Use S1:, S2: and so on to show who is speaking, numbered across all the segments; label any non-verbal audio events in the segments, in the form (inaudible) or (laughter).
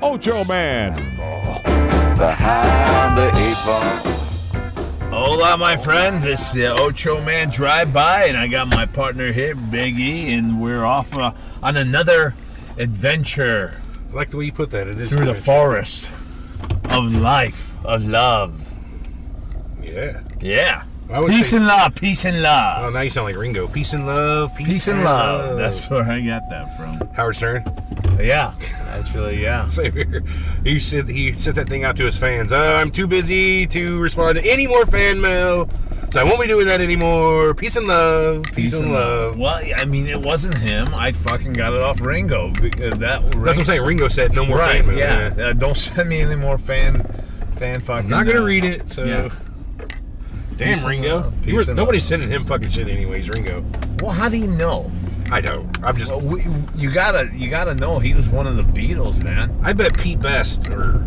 S1: Ocho Man.
S2: Behind the eight ball.
S3: Hola, my friend. This is the Ocho Man Drive By, and I got my partner here, Big E, and we're off uh, on another adventure
S4: I like the way you put that. It is
S3: through the
S4: different.
S3: forest of life, of love.
S4: Yeah.
S3: Yeah.
S4: I would
S3: Peace
S4: say-
S3: and love, peace and love.
S4: Oh, now you sound like Ringo. Peace and love. Peace,
S3: Peace and love. That's where I got that from.
S4: Howard Stern. (laughs)
S3: Yeah, actually, yeah.
S4: Same here. He said he sent that thing out to his fans. Uh, I'm too busy to respond to any more fan mail, so I won't be doing that anymore. Peace and love. Peace, and, love.
S3: Well, I mean, it wasn't him. I fucking got it off Ringo. Because that
S4: That's what I'm saying. Ringo said no more
S3: Right,
S4: fan mail.
S3: yeah. Uh, don't (laughs) send me any more fan, fan fucking.
S4: I'm not gonna
S3: uh,
S4: read it. So.
S3: yeah.
S4: Damn,
S3: Peace and
S4: Ringo.
S3: love.
S4: You were-
S3: Peace and
S4: nobody's sending him fucking shit, anyways, Ringo.
S3: Well, how do you know?
S4: I know. I'm just.
S3: Well, we, you gotta, you gotta know he was one of the Beatles, man.
S4: I bet Pete Best or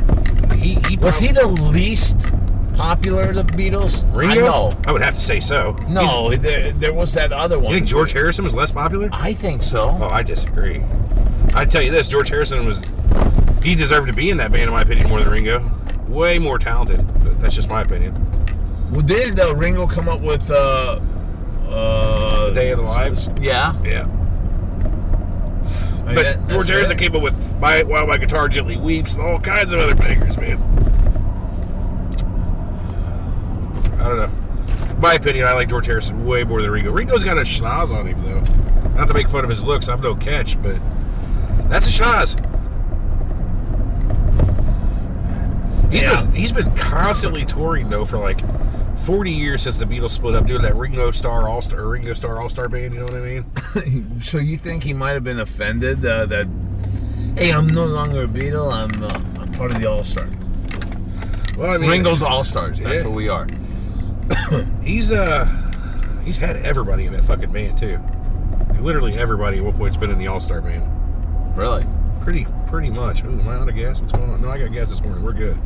S4: he. he
S3: Was he
S4: prob-
S3: the least popular of the Beatles?
S4: Ringo?
S3: I know.
S4: I would have to say so. He's-
S3: No, there, there was that other one.
S4: You think George Harrison was less popular?
S3: I think so.
S4: Oh, I disagree. I tell you this, George Harrison was he deserved to be in that band in my opinion more than Ringo. Way more talented. but That's just my opinion.
S3: Well, did uh, Ringo come up with uh, uh,
S4: Day of the Lives.
S3: Yeah, I
S4: Yeah.
S3: mean,
S4: But
S3: that- Oh, that's
S4: George Harrison
S3: good.
S4: came up with my While My Guitar Gently Weeps and all kinds of other bangers, man. I don't know. My opinion, I like George Harrison way more than Ringo. Ringo's got a schnoz on him though. Not to make fun of his looks, I'm no catch, but that's a schnoz. He's
S3: Yeah.
S4: been he's been constantly touring though for like 40 years since the Beatles split up, doing that Ringo Star All Star Ringo Star All Star band, you know what I mean?
S3: (laughs) So you think he might have been offended uh, that? Hey, I'm no longer a Beatle. I'm uh, I'm part of the All Star.
S4: Well, I
S3: Ringo's All Stars. That's
S4: Yeah.
S3: what we are.
S4: He's uh he's had everybody in that fucking band too. Literally everybody at one point's been in the All Star band.
S3: Really?
S4: Pretty pretty much. Ooh, am I out of gas? What's going on? No, I got gas this morning. We're good.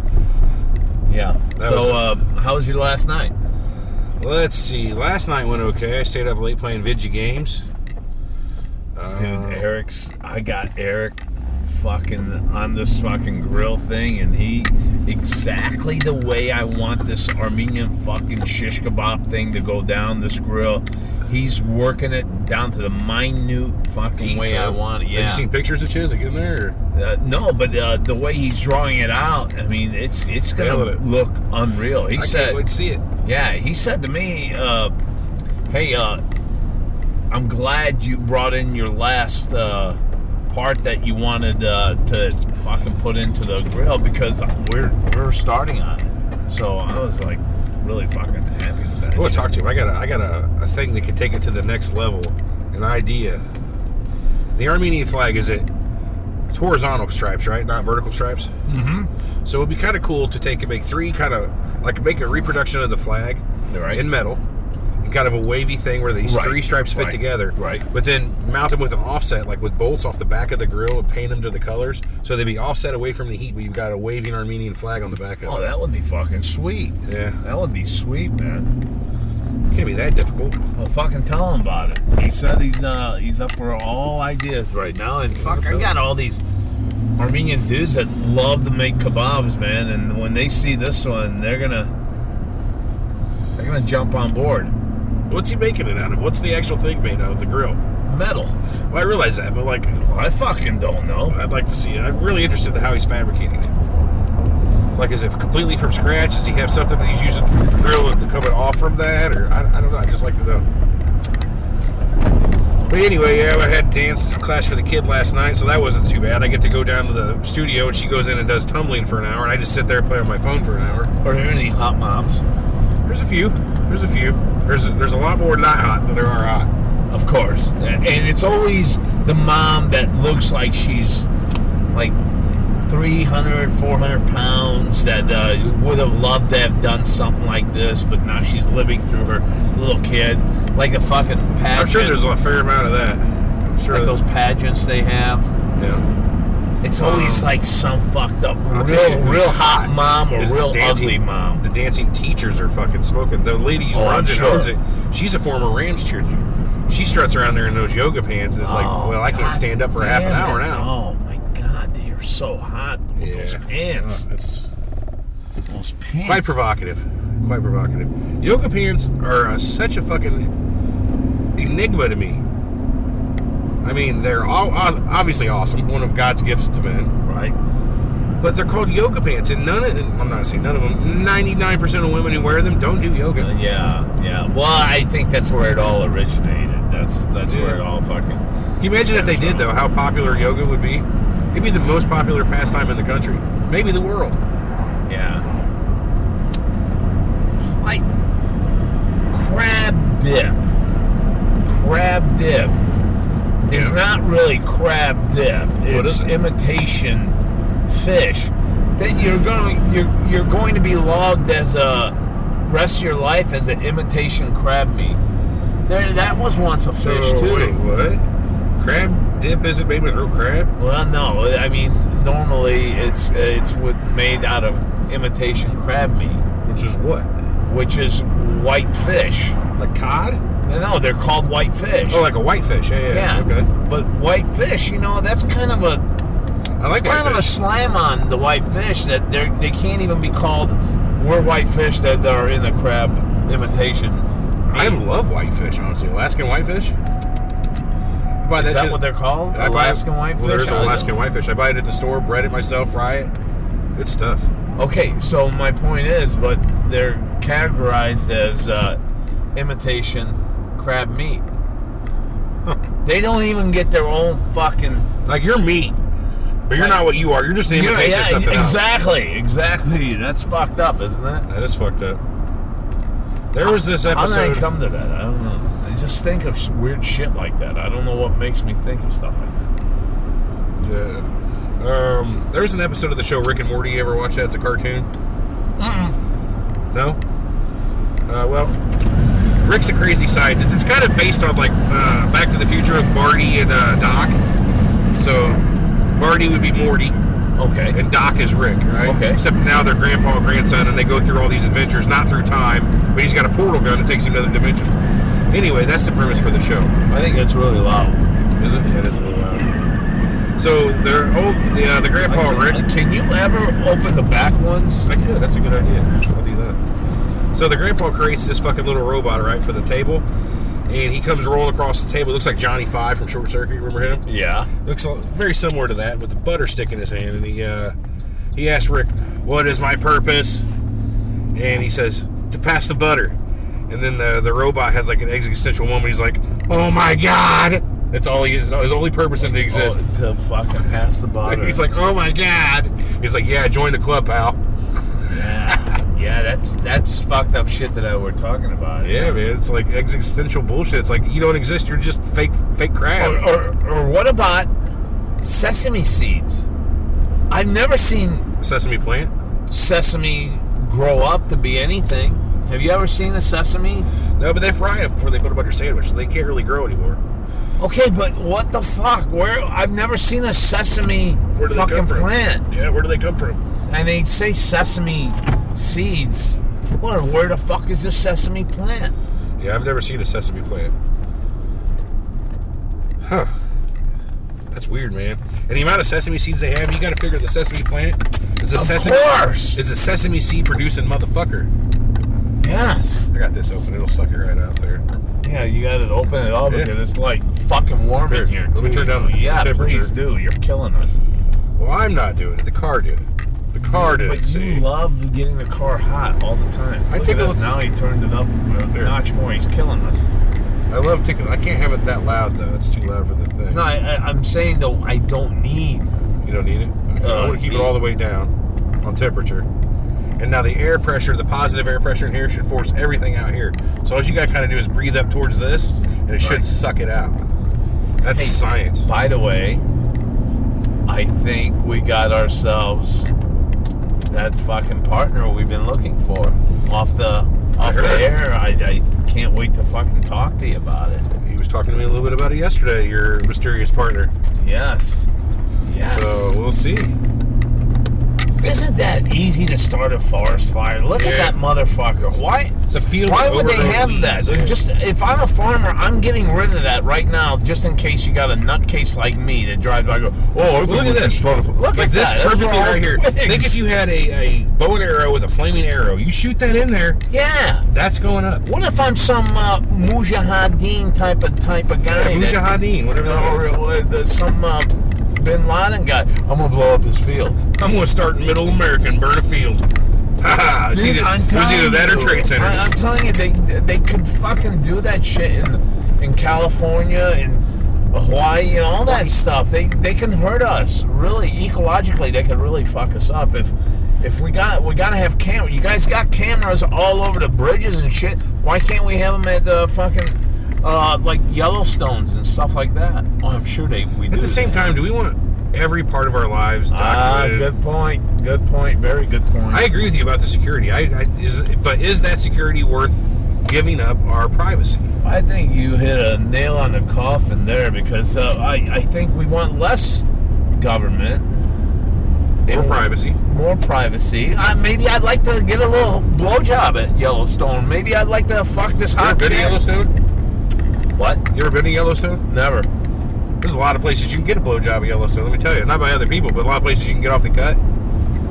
S3: Yeah.
S4: That
S3: so,
S4: was-
S3: uh, how was your last night?
S4: Let's see. Last night went okay. I stayed up late playing Vidya games. Um,
S3: Dude, Eric's. I got Eric fucking on this fucking grill thing, and he exactly the way I want this Armenian fucking shish kebab thing to go down this grill. He's working it down to the minute fucking way I want it. Yeah.
S4: Have you seen pictures of Chiswick in there? Or?
S3: Uh, no, but uh, the way he's drawing it out, I mean, it's it's
S4: Nailed
S3: gonna
S4: it.
S3: look unreal. He
S4: I
S3: said,
S4: can't wait to see it.
S3: yeah, he said to me, uh, hey, uh, I'm glad you brought in your last uh, part that you wanted uh, to fucking put into the grill because we're we're starting on it. So I was like, really fucking happy with that.
S4: I want to talk to him. I got a, I got a, a thing that can take it to the next level, an idea. The Armenian flag is it? It's horizontal stripes, right? Not vertical stripes. Mm-hmm. So it'd be kind of cool to take and make three kind of like make a reproduction of the flag
S3: Right.
S4: in metal, and kind of a wavy thing where these
S3: Right,
S4: three stripes fit
S3: right,
S4: together.
S3: right.
S4: But then mount them with an offset, like with bolts off the back of the grill, and paint them to the colors, so they'd be offset away from the heat. But you've got a waving Armenian flag on the back of
S3: Oh,
S4: it.
S3: that would be fucking sweet.
S4: Yeah.
S3: That would be sweet, man.
S4: Can't be that difficult.
S3: Well, fucking tell him about it. He said he's uh he's up for all ideas right now, and fuck, I got all these Armenian dudes that love to make kebabs, man. And when they see this one, they're gonna they're gonna jump on board.
S4: What's he making it out of? What's the actual thing made out of the grill?
S3: Metal.
S4: Well, I realize that, but like,
S3: I fucking don't know.
S4: I'd like to see it. I'm really interested in how he's fabricating it. Like, is it completely from scratch? Does he have something that he's using for the grill and coming off from that? Or I, I don't know. I just like to know. But anyway, yeah, I had dance class for the kid last night, so that wasn't too bad. I get to go down to the studio, and she goes in and does tumbling for an hour, and I just sit there and play on my phone for an hour.
S3: Are there any hot moms?
S4: There's a few. There's a few. There's a, there's a lot more not hot than there are hot.
S3: Of course. And it's always the mom that looks like she's like 300, 400 pounds that uh, would have loved to have done something like this, but now she's living through her little kid like a fucking pageant.
S4: I'm sure there's a fair amount of that. I'm sure
S3: like those pageants they have.
S4: Yeah.
S3: It's always
S4: Um,
S3: like some fucked up,
S4: I'll tell you
S3: real,
S4: who's
S3: real hot mom or
S4: is the
S3: real
S4: dancing-
S3: ugly mom.
S4: The dancing teachers are fucking smoking. The lady who
S3: Oh, I'm
S4: runs it
S3: sure.
S4: owns it. She's a former Rams cheerleader. She struts around there in those yoga pants, and it's like,
S3: Oh,
S4: well, I can't
S3: God
S4: stand up for half an
S3: damn
S4: hour
S3: it.
S4: now.
S3: Oh my god, they are so hot with those pants.
S4: Uh, it's
S3: Those pants.
S4: quite provocative. Quite provocative. Yoga pants are uh, such a fucking enigma to me. I mean, they're all o- obviously awesome. One of God's gifts to men.
S3: right?
S4: But they're called yoga pants, and none of and I'm not saying none of them. Ninety nine percent of women who wear them don't do yoga.
S3: Uh, yeah, yeah. Well, I think that's where it all originated. That's that's where it all fucking.
S4: Can you imagine if they did though? How popular yoga would be? It'd be the most popular pastime in the country, maybe the world.
S3: Yeah. Like crab dip. Crab dip is
S4: Yeah.
S3: not really crab dip. It's
S4: is it?
S3: imitation fish that you're going you're you're going to be logged as a rest of your life as an imitation crab meat. There, that was once a fish too.
S4: Wait, what? Crab dip isn't made with real crab?
S3: Well, no. I mean, normally it's it's with made out of imitation crab meat,
S4: Which is what?
S3: which is white fish.
S4: Like cod?
S3: No, they're called white fish.
S4: Oh, like a whitefish. Yeah, yeah.
S3: yeah.
S4: Okay.
S3: But white fish, you know, that's kind of a
S4: I like
S3: it's kind of a
S4: whitefish.
S3: slam on the white fish that they they can't even be called we're white fish that that are in the crab imitation.
S4: I love whitefish. Honestly, Alaskan whitefish. Buy
S3: Is
S4: shit-
S3: that what they're called?
S4: I buy it-
S3: Alaskan whitefish.
S4: Well, there's
S3: I don't-
S4: Alaskan whitefish. I buy it at the store, bread it myself, fry it. Good stuff.
S3: Okay, so my point is, but they're categorized as uh, imitation crab meat. (laughs) They don't even get their own fucking.
S4: Like you're meat, but you're not what you are. You're just the
S3: Yeah,
S4: imitation of
S3: yeah,
S4: something else.
S3: exactly, exactly. That's fucked up, isn't it?
S4: That is fucked up. There was this
S3: How did I
S4: episode.
S3: come to that? I don't know. I just think of sh- weird shit like that. I don't know what makes me think of stuff like that.
S4: Yeah. um, there's an episode of the show Rick and Morty. You ever watch that? It's a cartoon. No. Uh, well, Rick's a crazy scientist. It's kind of based on like uh, Back to the Future with Barty and uh, Doc. So Barty would be Morty.
S3: Okay.
S4: and Doc is Rick, right?
S3: Okay.
S4: Except now they're grandpa and grandson, and they go through all these adventures, not through time, but he's got a portal gun that takes him to other dimensions. Anyway, that's the premise for the show.
S3: I think that's really loud.
S4: Is it? Yeah, it is a little loud. So they're old. The, uh, the grandpa
S3: Like,
S4: Rick.
S3: Can you ever open the back ones?
S4: I could. That's a good idea. I'll do that. So the grandpa creates this fucking little robot, right, for the table, and he comes rolling across the table. It looks like Johnny Five from Short Circuit. Remember him?
S3: Yeah.
S4: looks a- very similar to that with the butter stick in his hand and he uh, he asks rick what is my purpose and he says to pass the butter and then the, the robot has like an existential moment he's like oh my god that's all he is his only purpose in to exist
S3: Oh, to fucking pass the bottle.
S4: (laughs) he's like oh my god he's like yeah join the club pal
S3: Yeah, yeah, that's that's fucked up shit that I were talking about.
S4: yeah man it's like existential bullshit it's like you don't exist you're just fake fake crap
S3: Or, or, or what about sesame seeds? I've never seen
S4: sesame plant
S3: sesame grow up to be anything. Have you ever seen a sesame?
S4: no but they fry it before they put them on your sandwich so they can't really grow anymore
S3: Okay, but what the fuck? Where I've never seen a sesame
S4: where do they
S3: fucking
S4: come from
S3: plant,
S4: yeah where do they come from
S3: and they say sesame seeds. What? Where the fuck is this sesame plant?
S4: Yeah, I've never seen a sesame plant. Huh. That's weird, man. And the amount of sesame seeds they have, you gotta figure the sesame plant is a
S3: Of
S4: sesame
S3: course.
S4: is a sesame seed producing motherfucker.
S3: Yes.
S4: I got this open, it'll suck it right out there.
S3: Yeah, you gotta open it up
S4: Yeah.
S3: because it's like fucking warm
S4: Here,
S3: in here.
S4: let me
S3: too.
S4: turn down the
S3: Yeah,
S4: temperature.
S3: please do. You're killing us.
S4: Well, I'm not doing it. The car did it. The car did it.
S3: But you
S4: See?
S3: love getting the car hot all the time.
S4: I
S3: Look
S4: take
S3: at
S4: a
S3: us
S4: little-
S3: now. He turned it up a notch more. He's killing us.
S4: I love tickle I can't have it that loud though. It's too loud for the thing.
S3: No, I, I, I'm saying though, I don't need.
S4: You don't need it. I
S3: Uh,
S4: want to keep it
S3: yeah.
S4: all the way down on temperature. And now the air pressure, the positive air pressure in here, should force everything out here. So all you got to kind of do is breathe up towards this, and it should suck it out. That's
S3: Hey.
S4: science.
S3: By the way, I think we got ourselves that fucking partner we've been looking for. Off the off the
S4: heard.
S3: air, I, I can't wait to fucking talk to you about it.
S4: He was talking to me a little bit about it yesterday, your mysterious partner.
S3: Yes. Yes.
S4: So we'll see.
S3: Isn't that easy to start a forest fire? Look at
S4: Yeah.
S3: that motherfucker. Why?
S4: It's a field.
S3: Why
S4: of
S3: would they
S4: overgrown
S3: have
S4: weeds,
S3: that?
S4: yeah.
S3: Just if I'm a farmer, I'm getting rid of that right now, just in case you got a nutcase like me that drives by. and Go, oh, I
S4: Look
S3: think
S4: at
S3: we should
S4: this.
S3: start a- Look
S4: like
S3: at
S4: this
S3: that. That's
S4: perfectly
S3: where all
S4: right here.
S3: twigs.
S4: Think if you had a, a bow and arrow with a flaming arrow, you shoot that in there,
S3: Yeah.
S4: that's going up.
S3: What if I'm some uh, mujahideen type of type of guy? that-
S4: Mujahideen, whatever
S3: or,
S4: that is.
S3: uh, the- some uh, Bin Laden guy? I'm gonna blow up his field.
S4: I'm going to start in Middle America and burn a field. Haha, it's
S3: Dude,
S4: either,
S3: I'm
S4: it was either
S3: telling
S4: that or
S3: you,
S4: Trade Center.
S3: I, I'm telling you, they they could fucking do that shit in in California and Hawaii and all that stuff. They they can hurt us really ecologically. They could really fuck us up if if we got we gotta have camera. You guys got cameras all over the bridges and shit. Why can't we have them at the fucking uh, like Yellowstones and stuff like that? Oh, I'm sure they we do.
S4: At the same
S3: that.
S4: time, do we want every part of our lives
S3: Ah,
S4: documented?
S3: good point. Good point. Very good point.
S4: I agree with you about the security. I, I is, but is that security worth giving up our privacy?
S3: I think you hit a nail on the coffin there because uh, I, I think we want less government,
S4: Or
S3: and
S4: privacy?
S3: more privacy. Uh, maybe I'd like to get a little blowjob at Yellowstone. Maybe I'd like to fuck this
S4: You ever
S3: hot
S4: been to
S3: chick.
S4: Yellowstone?
S3: What?
S4: You ever been to Yellowstone?
S3: Never.
S4: There's a lot of places you can get a blowjob at Yellowstone. Let me tell you, not by other people, but a lot of places you can get off the cut.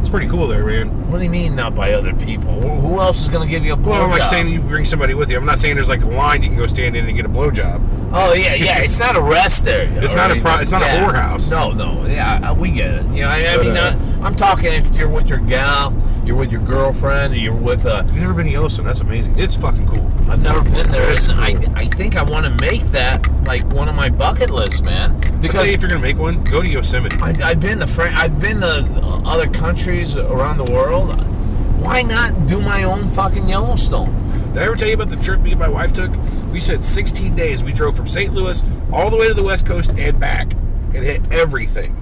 S4: It's pretty cool there, man.
S3: What do you mean not by other people? Wh- Who else is going to give you a blowjob?
S4: Well, I'm like saying you bring somebody with you. I'm not saying there's like a line you can go stand in and get a blowjob.
S3: Oh yeah, yeah. It's not a rest area.
S4: (laughs) It's
S3: or
S4: not a pro-
S3: anything.
S4: it's not a
S3: Yeah.
S4: whorehouse.
S3: No, no. Yeah, I- we get it. You know, I, I
S4: But,
S3: mean,
S4: uh,
S3: I, I'm talking if you're with your gal, you're with your girlfriend, or you're with a.
S4: You've never been to Yellowstone? That's amazing. It's fucking cool.
S3: I've never been there,
S4: That's
S3: and I,
S4: cool.
S3: I think I want to make that like one of my bucket lists, man.
S4: Because
S3: Because
S4: if you're gonna make one, go to Yosemite.
S3: I, I've been to Fran- I've been to other countries around the world. Why not do my own fucking Yellowstone?
S4: Did I ever tell you about the trip me and my wife took? We said 16 days. We drove from St. Louis all the way to the West Coast and back, and hit everything.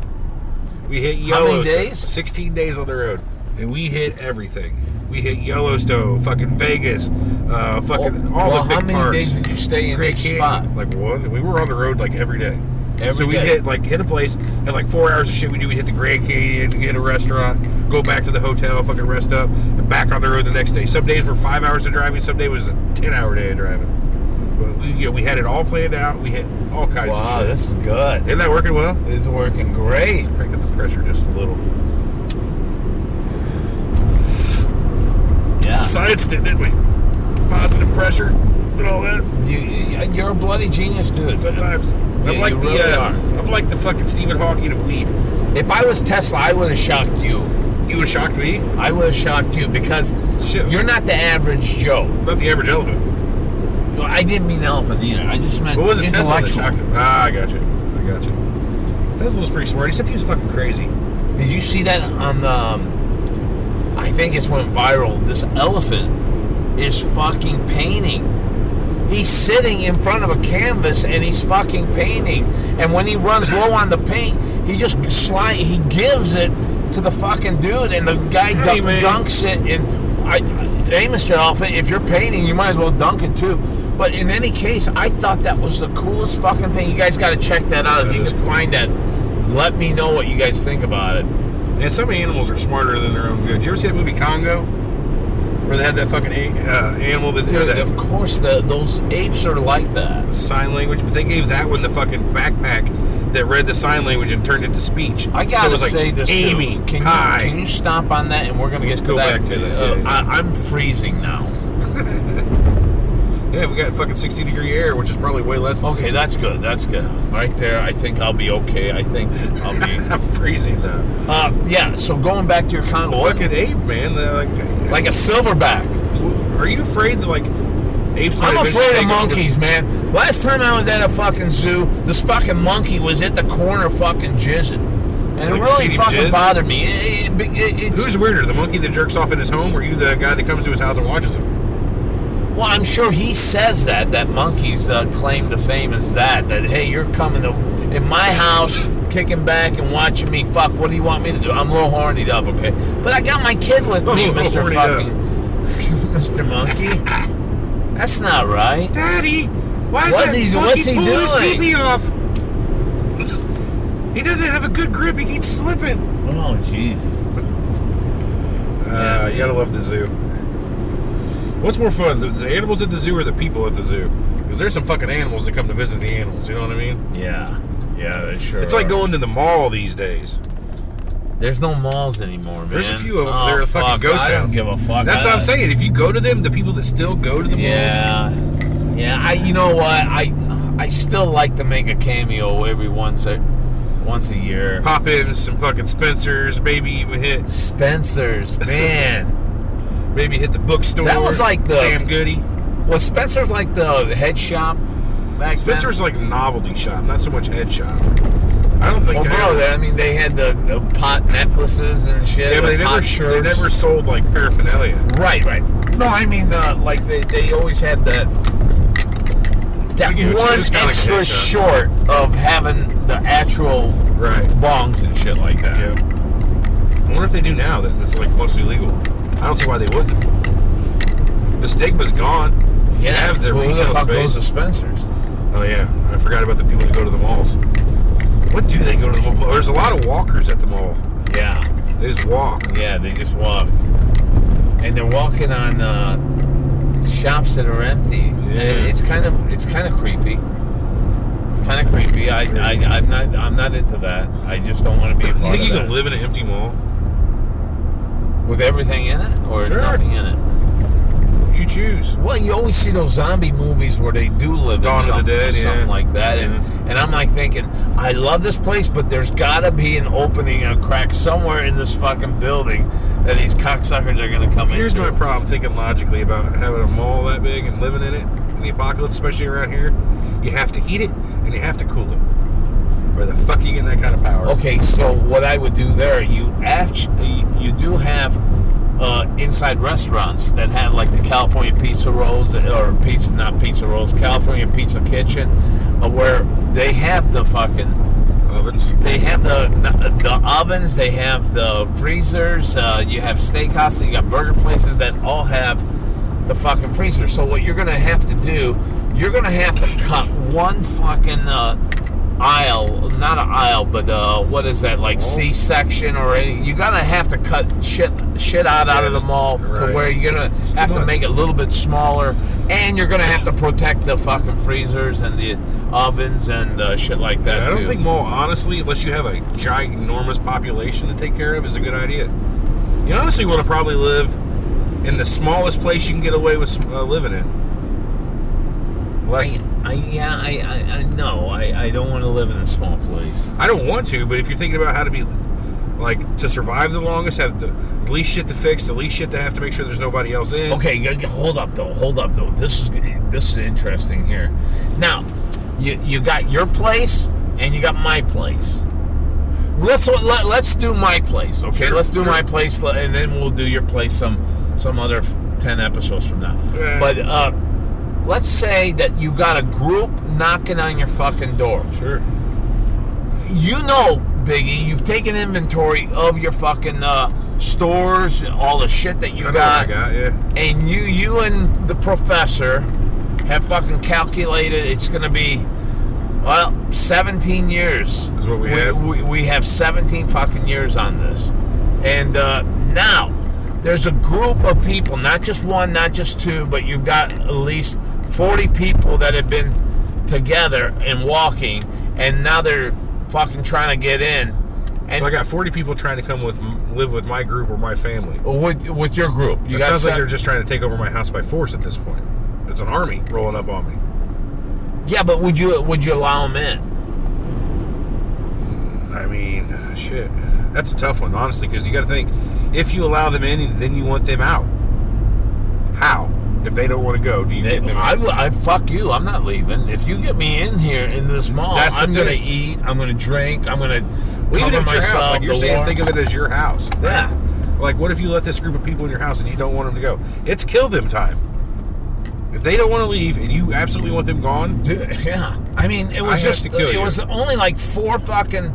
S4: We hit
S3: How many
S4: Yellowstone.
S3: days?
S4: 16 days on the road, and we hit everything. We hit Yellowstone, fucking Vegas, uh, fucking
S3: Oh,
S4: all
S3: well,
S4: the big
S3: how many
S4: parks.
S3: days did you stay in
S4: Grand
S3: each
S4: Canyon,
S3: spot?
S4: like one. We were on the road like every day.
S3: Every
S4: so we
S3: day.
S4: hit like hit a place, had like four hours of shit we do. We hit the Grand Canyon, we hit a restaurant, go back to the hotel, fucking rest up, and back on the road the next day. Some days were five hours of driving, some day was a ten hour day of driving. But we, you know, we had it all planned out. We hit all kinds
S3: Wow,
S4: of shit.
S3: this is good.
S4: Isn't that working well?
S3: It's working great.
S4: Crank up the pressure just a little.
S3: Yeah.
S4: Science did, didn't we? Positive pressure and all that.
S3: You, you- you're a bloody genius, dude.
S4: Sometimes
S3: Yeah,
S4: I'm like
S3: you
S4: the
S3: really
S4: uh,
S3: are.
S4: I'm like the fucking Stephen Hawking of weed.
S3: If I was Tesla, I would have shocked you.
S4: You would shocked me.
S3: I would have shocked you because
S4: Shit.
S3: you're not the average Joe.
S4: Not the average elephant.
S3: No, I didn't mean elephant either. I just meant
S4: What was it? Tesla that
S3: intellectual.
S4: shocked him. Ah, I got you. I got you. Tesla was pretty smart, except he was fucking crazy.
S3: Did you see that on the? um, I think it's went viral. This elephant is fucking painting. He's sitting in front of a canvas and he's fucking painting. And when he runs low on the paint, he just slide. He gives it to the fucking dude, and the guy
S4: Hey,
S3: dunk-
S4: man.
S3: dunks it. And I, hey, Mr. Elephant, if you're painting, you might as well dunk it too. But in any case, I thought that was the coolest fucking thing. You guys got to check that out.
S4: That
S3: if you
S4: is
S3: can find that, let me know what you guys think about it.
S4: And some animals are smarter than their own good. Did you ever see that movie Congo? Where they had that fucking a- uh, animal that or
S3: Dude,
S4: that
S3: of course, the, those apes are like that.
S4: sign language, but they gave that one the fucking backpack that read the sign language and turned it to speech.
S3: I
S4: So it
S3: gotta
S4: was like,
S3: say this.
S4: Amy,
S3: too. Can
S4: hi.
S3: you can you stop on that and we're gonna
S4: Let's
S3: get to
S4: go
S3: that. Uh,
S4: back to that, yeah, yeah.
S3: I, I'm freezing now.
S4: yeah, we got fucking 60 degree air, which is probably way less. Than
S3: Okay,
S4: 60.
S3: that's good. That's good. Right there, I think I'll be okay. I think I'll be.
S4: (laughs) I'm freezing though.
S3: (laughs) uh, yeah. So going back to your
S4: The
S3: Congo,
S4: fucking ape, man. they're like,
S3: like a silverback.
S4: are you afraid that like apes? might
S3: I'm
S4: eventually
S3: afraid
S4: take
S3: of
S4: over the-
S3: monkeys, man. Last time I was at a fucking zoo, this fucking monkey was at the corner fucking jizzing, and
S4: Like,
S3: it
S4: did
S3: really
S4: he
S3: fucking
S4: jizz?
S3: bothered me. It, it, it, it-
S4: Who's weirder, the monkey that jerks off in his home, or you the guy that comes to his house and watches him?
S3: Well, I'm sure he says that that monkeys uh, claim to fame is that that hey, you're coming to in my house. kicking back and watching me. Fuck, what do you want me to do? I'm a little hornied up, okay? But I got my kid with
S4: (laughs)
S3: me,
S4: A little
S3: Mr.
S4: hornied
S3: Fucking. (laughs) Mr. Monkey. That's not right.
S4: Daddy, why is
S3: What's
S4: that
S3: he-
S4: monkey
S3: what's he
S4: pulling his
S3: doing?
S4: pee-pee off? He doesn't have a good grip. He keeps slipping.
S3: Oh, jeez.
S4: Uh, you gotta love the zoo. What's more fun, the, the animals at the zoo or the people at the zoo? Because there's some fucking animals that come to visit the animals. You know what I mean?
S3: Yeah. Yeah, they sure.
S4: It's like
S3: are.
S4: going to the mall these days.
S3: There's no malls anymore, man.
S4: There's a few of them.
S3: Oh,
S4: They're fucking
S3: fuck,
S4: ghost
S3: I don't
S4: towns.
S3: give a fuck.
S4: That's
S3: I
S4: what I'm
S3: don't-
S4: saying. If you go to them, the people that still go to the malls.
S3: Yeah, yeah. I, you know what? I, I still like to make a cameo every once a, once a year.
S4: Pop in some fucking Spencers, maybe even hit, (laughs)
S3: Spencer's, man.
S4: maybe hit the bookstore.
S3: That was like the-
S4: Sam Goody.
S3: Was Spencer's like the head shop? Back
S4: Spencer's like a novelty shop, not so much head shop. I don't think.
S3: Then? Well,
S4: they
S3: bro,
S4: have-
S3: I mean, they had the, the pot necklaces and shit.
S4: yeah, but they
S3: the
S4: never
S3: pot
S4: they
S3: shirts.
S4: never sold like paraphernalia.
S3: Right, right. No, I mean, uh, like they, they always had that that
S4: get what you-
S3: one
S4: it's kinda like
S3: extra
S4: a head shop.
S3: short of having the actual
S4: Right.
S3: bongs and shit like that.
S4: Yeah. I wonder if they do now that it's like mostly legal. I don't see why they wouldn't. The stigma's gone. You have their
S3: well, who the
S4: retail
S3: fuck
S4: space.
S3: goes to Spencer's?
S4: Oh yeah, I forgot about the people that go to the malls. What do they go to the mall? There's a lot of walkers at the mall.
S3: Yeah,
S4: They just walk.
S3: yeah, they just walk, and they're walking on uh, shops that are empty. And
S4: Yeah.
S3: it's kind of it's kind of creepy. It's kind of creepy. I, I I'm not I'm not into that. I just don't want to be a
S4: You
S3: part
S4: think you
S3: of
S4: can
S3: that.
S4: live in an empty mall?
S3: with everything in it or
S4: Sure.
S3: nothing in it.
S4: You choose.
S3: Well, you always see those zombie movies where they do live
S4: Dawn of
S3: in
S4: the
S3: something,
S4: Dead, yeah. Mm-hmm.
S3: something like that, and and I'm like thinking, I love this place, but there's got to be an opening, a crack somewhere in this fucking building that these cocksuckers are gonna come in.
S4: Here's
S3: into.
S4: my problem thinking logically about having a mall that big and living in it in the apocalypse, especially around here. You have to heat it and you have to cool it. Where the fuck are you getting that kind of power?
S3: Okay, so what I would do there, you actually you do have uh, inside restaurants that have like the California pizza rolls or pizza not pizza rolls, California pizza kitchen, uh, where they have the fucking
S4: Ovens.
S3: They have the the ovens. They have the freezers. Uh, you have steakhouses. You got burger places that all have the fucking freezer. So what you're gonna have to do, you're gonna have to cut one fucking uh, aisle, not an aisle, but uh, what is that
S4: Oh.
S3: like C section or any? You're gonna have to cut shit shit out out
S4: Yeah,
S3: of the
S4: just-
S3: mall to
S4: right.
S3: where you're gonna
S4: too
S3: have to
S4: much.
S3: make it a little bit smaller, and you're gonna have to protect the fucking freezers and the ovens and uh, shit like that.
S4: I
S3: too.
S4: don't think mall, honestly, unless you have a ginormous population to take care of, is a good idea. You honestly want to probably live in the smallest place you can get away with uh, living in. Less,
S3: I, I, yeah, I, I, I know. I, I don't want to live in a small place.
S4: I don't want to, but if you're thinking about how to be, like, to survive the longest, have the least shit to fix, the least shit to have to make sure there's nobody else in.
S3: Okay, g- g- hold up though. Hold up though. This is this is interesting here. Now, you you got your place and you got my place. Let's let, let's do my place, okay?
S4: Sure,
S3: let's do
S4: sure.
S3: my place, le- and then we'll do your place some some other f- ten episodes from now.
S4: Yeah.
S3: But uh, let's say that you got a group knocking on your fucking door.
S4: Sure.
S3: you know, Biggie, you've taken inventory of your fucking uh, stores, all the shit that you
S4: I know
S3: got,
S4: what I got, yeah.
S3: and you, you and the professor have fucking calculated it's gonna be, well, 17 years.
S4: Is what we have.
S3: We, we have 17 fucking years on this, and uh, now there's a group of people, not just one, not just two, but you've got at least 40 people that have been together and walking, and now they're fucking trying to get in. And
S4: So I got 40 people trying to come with live with my group or my family.
S3: with, with your group, you
S4: It
S3: got
S4: sounds like
S3: sev-
S4: they're just trying to take over my house by force at this point. It's an army rolling up on me.
S3: yeah, but would you would you allow them in?
S4: I mean, shit. That's a tough one, honestly, because you got to think if you allow them in, then you want them out. How? If they don't want to go, do you
S3: They,
S4: get them
S3: I,
S4: out?
S3: would- I fuck you. I'm not leaving. If you get me in here in this mall,
S4: That's the
S3: I'm gonna
S4: thing.
S3: eat. I'm gonna drink. I'm gonna
S4: Well,
S3: cover
S4: even if it's your
S3: myself.
S4: house, like you're
S3: the
S4: saying,
S3: warm-
S4: think of it as your house.
S3: yeah.
S4: Like, what if you let this group of people in your house and you don't want them to go? It's kill them time. If they don't want to leave and you absolutely want them gone,
S3: Dude, yeah. I mean, it
S4: I
S3: was
S4: have
S3: just
S4: to kill
S3: it
S4: you.
S3: was only like four fucking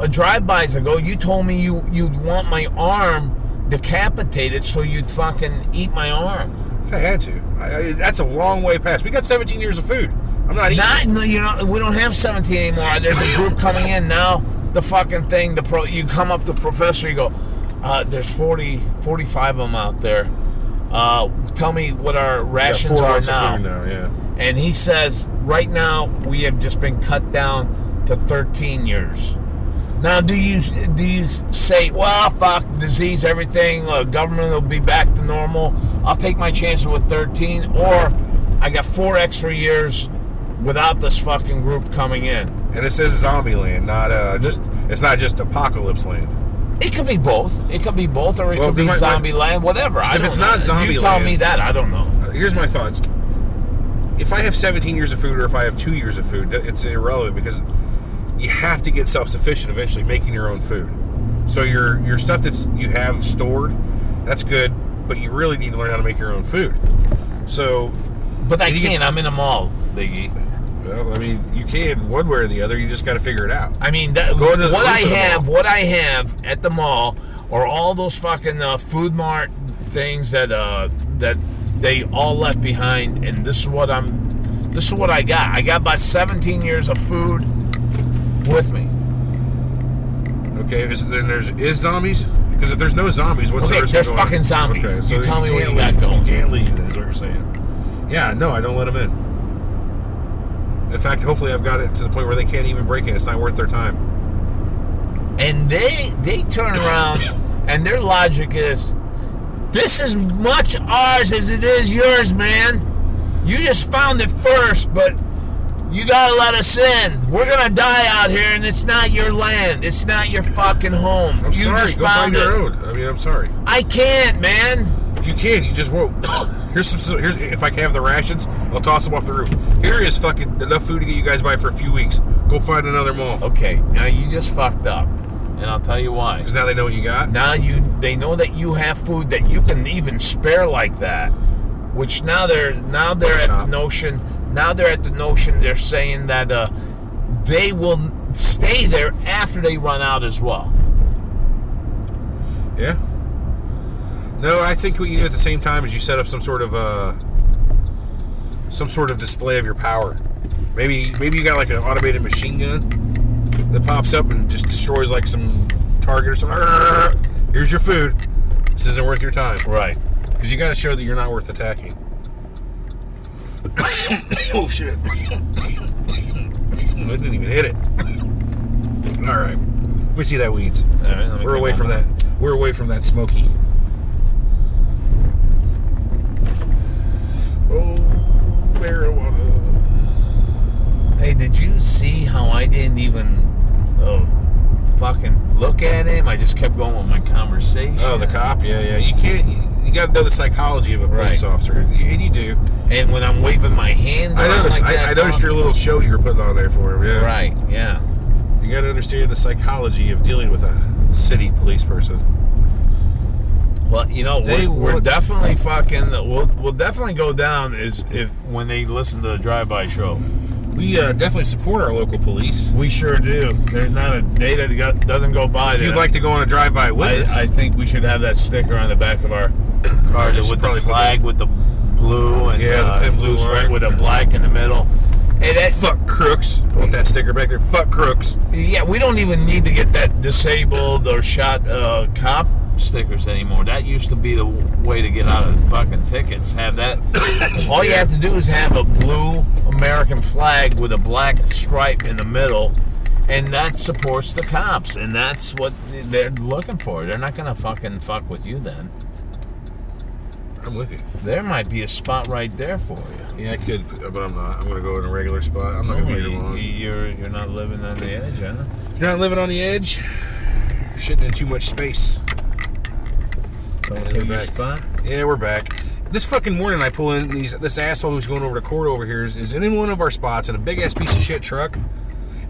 S3: a drive-bys ago, you told me you you'd want my arm decapitated so you'd fucking eat my arm.
S4: If I had to, I, I, that's a long way past. We got 17 years of food. I'm not eating.
S3: Not no, you know we don't have 17 anymore. There's a group coming in now. The fucking thing, the pro, you come up to professor, you go, uh, there's 40, 45 of them out there. Uh, tell me what our
S4: Yeah,
S3: rations
S4: four
S3: are
S4: months of
S3: now.
S4: food now. Yeah.
S3: And he says, right now we have just been cut down to 13 years. Now, do you do you say, well, fuck disease, everything, uh, government will be back to normal? I'll take my chances with 13, or I got four extra years without this fucking group coming in.
S4: And it says zombie land, not uh, just. It's not just apocalypse land.
S3: It could be both. It could be both, or it
S4: Well,
S3: could be
S4: my- my-
S3: zombie land, whatever. I
S4: If
S3: don't
S4: it's
S3: know.
S4: not zombie
S3: you tell
S4: land-
S3: me that. I don't know.
S4: Here's my thoughts. If I have 17 years of food, or if I have two years of food, that- it's irrelevant because you have to get self-sufficient eventually, making your own food. So your your stuff that's you have stored, that's good, but you really need to learn how to make your own food. So
S3: But I
S4: You get-
S3: can't. I'm in a mall, Biggie.
S4: Well, I mean, you can one way or the other. You just got to figure it out.
S3: I mean, that,
S4: Go to the-
S3: what
S4: go
S3: I
S4: to the
S3: have,
S4: mall.
S3: what I have at the mall, are all those fucking uh, food mart things that uh, that they all left behind, and this is what I'm, this is what I got. I got about 17 years of food with me.
S4: Okay, is, then there's is zombies because if there's no zombies, what's
S3: Okay,
S4: the risk
S3: there's
S4: of going?
S3: fucking zombies.
S4: Okay,
S3: You
S4: so
S3: tell me what
S4: can't
S3: you got
S4: leave.
S3: going.
S4: You can't leave. Is what you're saying? Yeah, no, I don't let them in. In fact, hopefully, I've got it to the point where they can't even break in. It's not worth their time.
S3: and they they turn around and their logic is this is much ours as it is yours man you just found it first but you gotta let us in we're gonna die out here and it's not your land it's not your fucking home
S4: I'm
S3: you
S4: sorry.
S3: just
S4: Go find
S3: found
S4: your
S3: it.
S4: own. I mean, I'm sorry.
S3: i can't man
S4: You can. You just won't. (coughs) Here's some. Here's if I can have the rations, I'll toss them off the roof. Here is fucking enough food to get you guys by for a few weeks. Go find another mall
S3: okay now you just fucked up and i'll tell you why
S4: because now they know what you got.
S3: now you they know that you have food that you can even spare like that which now they're now they're at the notion now they're at the notion they're saying that uh, they will stay there after they run out as well
S4: Yeah. No, I think what you do at the same time is you set up some sort of uh, some sort of display of your power. Maybe maybe you got like an automated machine gun that pops up and just destroys like some target or something. (laughs) Here's your food. This isn't worth your time
S3: right
S4: because you got to show that you're not worth attacking. (coughs) oh shit! (coughs) I didn't even hit it. (coughs) All right, we see that weeds.
S3: All right, let me
S4: We're
S3: put
S4: away
S3: my
S4: from that. We're away from that smoky. Oh, marijuana.
S3: Hey, did you see how I didn't even oh, fucking look at him? I just kept going with my conversation.
S4: Oh, the cop. Yeah, yeah. You can't. You, got to know the psychology of a police
S3: Right.
S4: officer, and you do.
S3: and when I'm waving my hand,
S4: I
S3: around
S4: noticed.
S3: Like that,
S4: I, I noticed your little show you were putting on there for him. Yeah.
S3: Right. Yeah.
S4: You got to understand the psychology of dealing with a city police person.
S3: Well, you know,
S4: They
S3: we're, we're
S4: would-
S3: definitely fucking. We'll, we'll definitely go down is if when they listen to the drive-by show.
S4: We uh, definitely support our local police.
S3: We sure do. There's not a day that go- doesn't go by.
S4: If
S3: that
S4: you'd like to go on a drive-by with us,
S3: I, I think we should have that sticker on the back
S4: (coughs)
S3: of our car
S4: Just
S3: with
S4: probably
S3: the
S4: put
S3: flag with the blue and
S4: Yeah, the
S3: uh,
S4: thin blue stripe.
S3: with a black in the middle. And that,
S4: fuck crooks. I want that sticker back there. Fuck crooks.
S3: yeah, we don't even need to get that disabled or shot uh, cop stickers anymore. That used to be the way to get out of fucking tickets. Have
S4: (coughs)
S3: that. All you have to do is have a blue American flag with a black stripe in the middle, and that supports the cops. And that's what they're looking for. They're not gonna fucking fuck with you then.
S4: I'm with you.
S3: There might be a spot right there for you.
S4: Yeah, I could, but I'm not. I'm gonna go in a regular spot. I'm not gonna be
S3: You-
S4: alone.
S3: You're you're not living on the edge, huh?
S4: You're not living on the edge. You're Shitting in too much space.
S3: Someone
S4: Take it
S3: took your
S4: back.
S3: spot.
S4: Yeah, we're back. This fucking morning, I pull in these. This asshole who's going over to court over here is, is in one of our spots in a big ass piece of shit truck,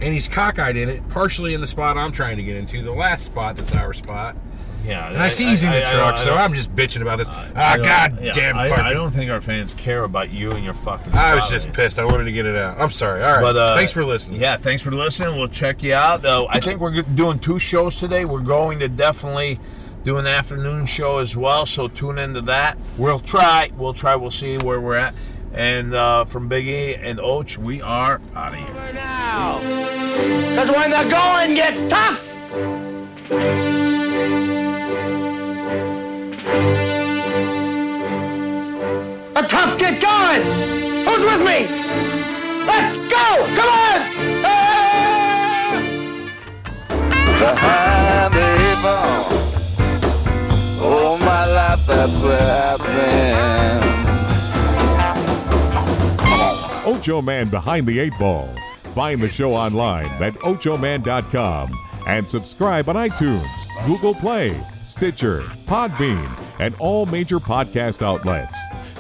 S4: and he's cockeyed in it, partially in the spot I'm trying to get into, the last spot that's our spot,
S3: Yeah,
S4: And I, see he's in the truck, so I'm just bitching about this. ah,
S3: don't-
S4: god
S3: yeah,
S4: damn
S3: I,
S4: parking.
S3: I don't think our fans care about you and your fucking.
S4: I was
S3: spotlight.
S4: just pissed. I wanted to get it out. I'm sorry. All right.
S3: But uh,
S4: Thanks for listening.
S3: Yeah, thanks for listening. We'll check you out. Though I think we're doing two shows today. We're going to definitely do an afternoon show as well. So tune into that. We'll try. We'll try. We'll see where we're at. And uh, from Big E and Och, we are out of here.
S5: now. Because when the going gets tough, the tough get going. Who's with me? Let's go! Come on! Ah!
S2: behind the eight ball. All my life, that's where I've been.
S1: Ocho Man Behind the Eight Ball. Find the show online at ochoman.com and subscribe on iTunes, Google Play, Stitcher, Podbean, and all major podcast outlets.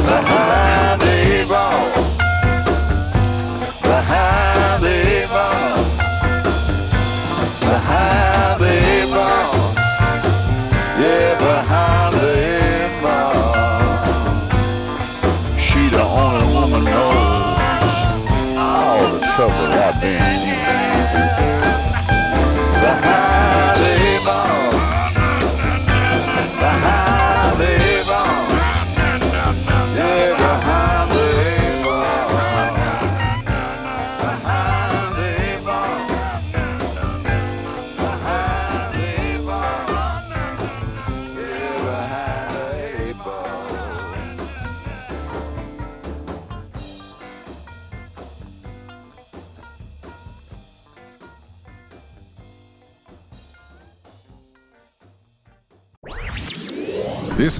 S2: Behind the eight ball. Behind the eight ball. Behind the eight ball. Yeah, behind the eight ball. She the only woman knows all the trouble I've been in. Behind the eight ball. Behind the eight ball. Yeah, behind the eight ball. Behind the eight ball. Behind the eight ball. Yeah, behind the eight ball.
S6: This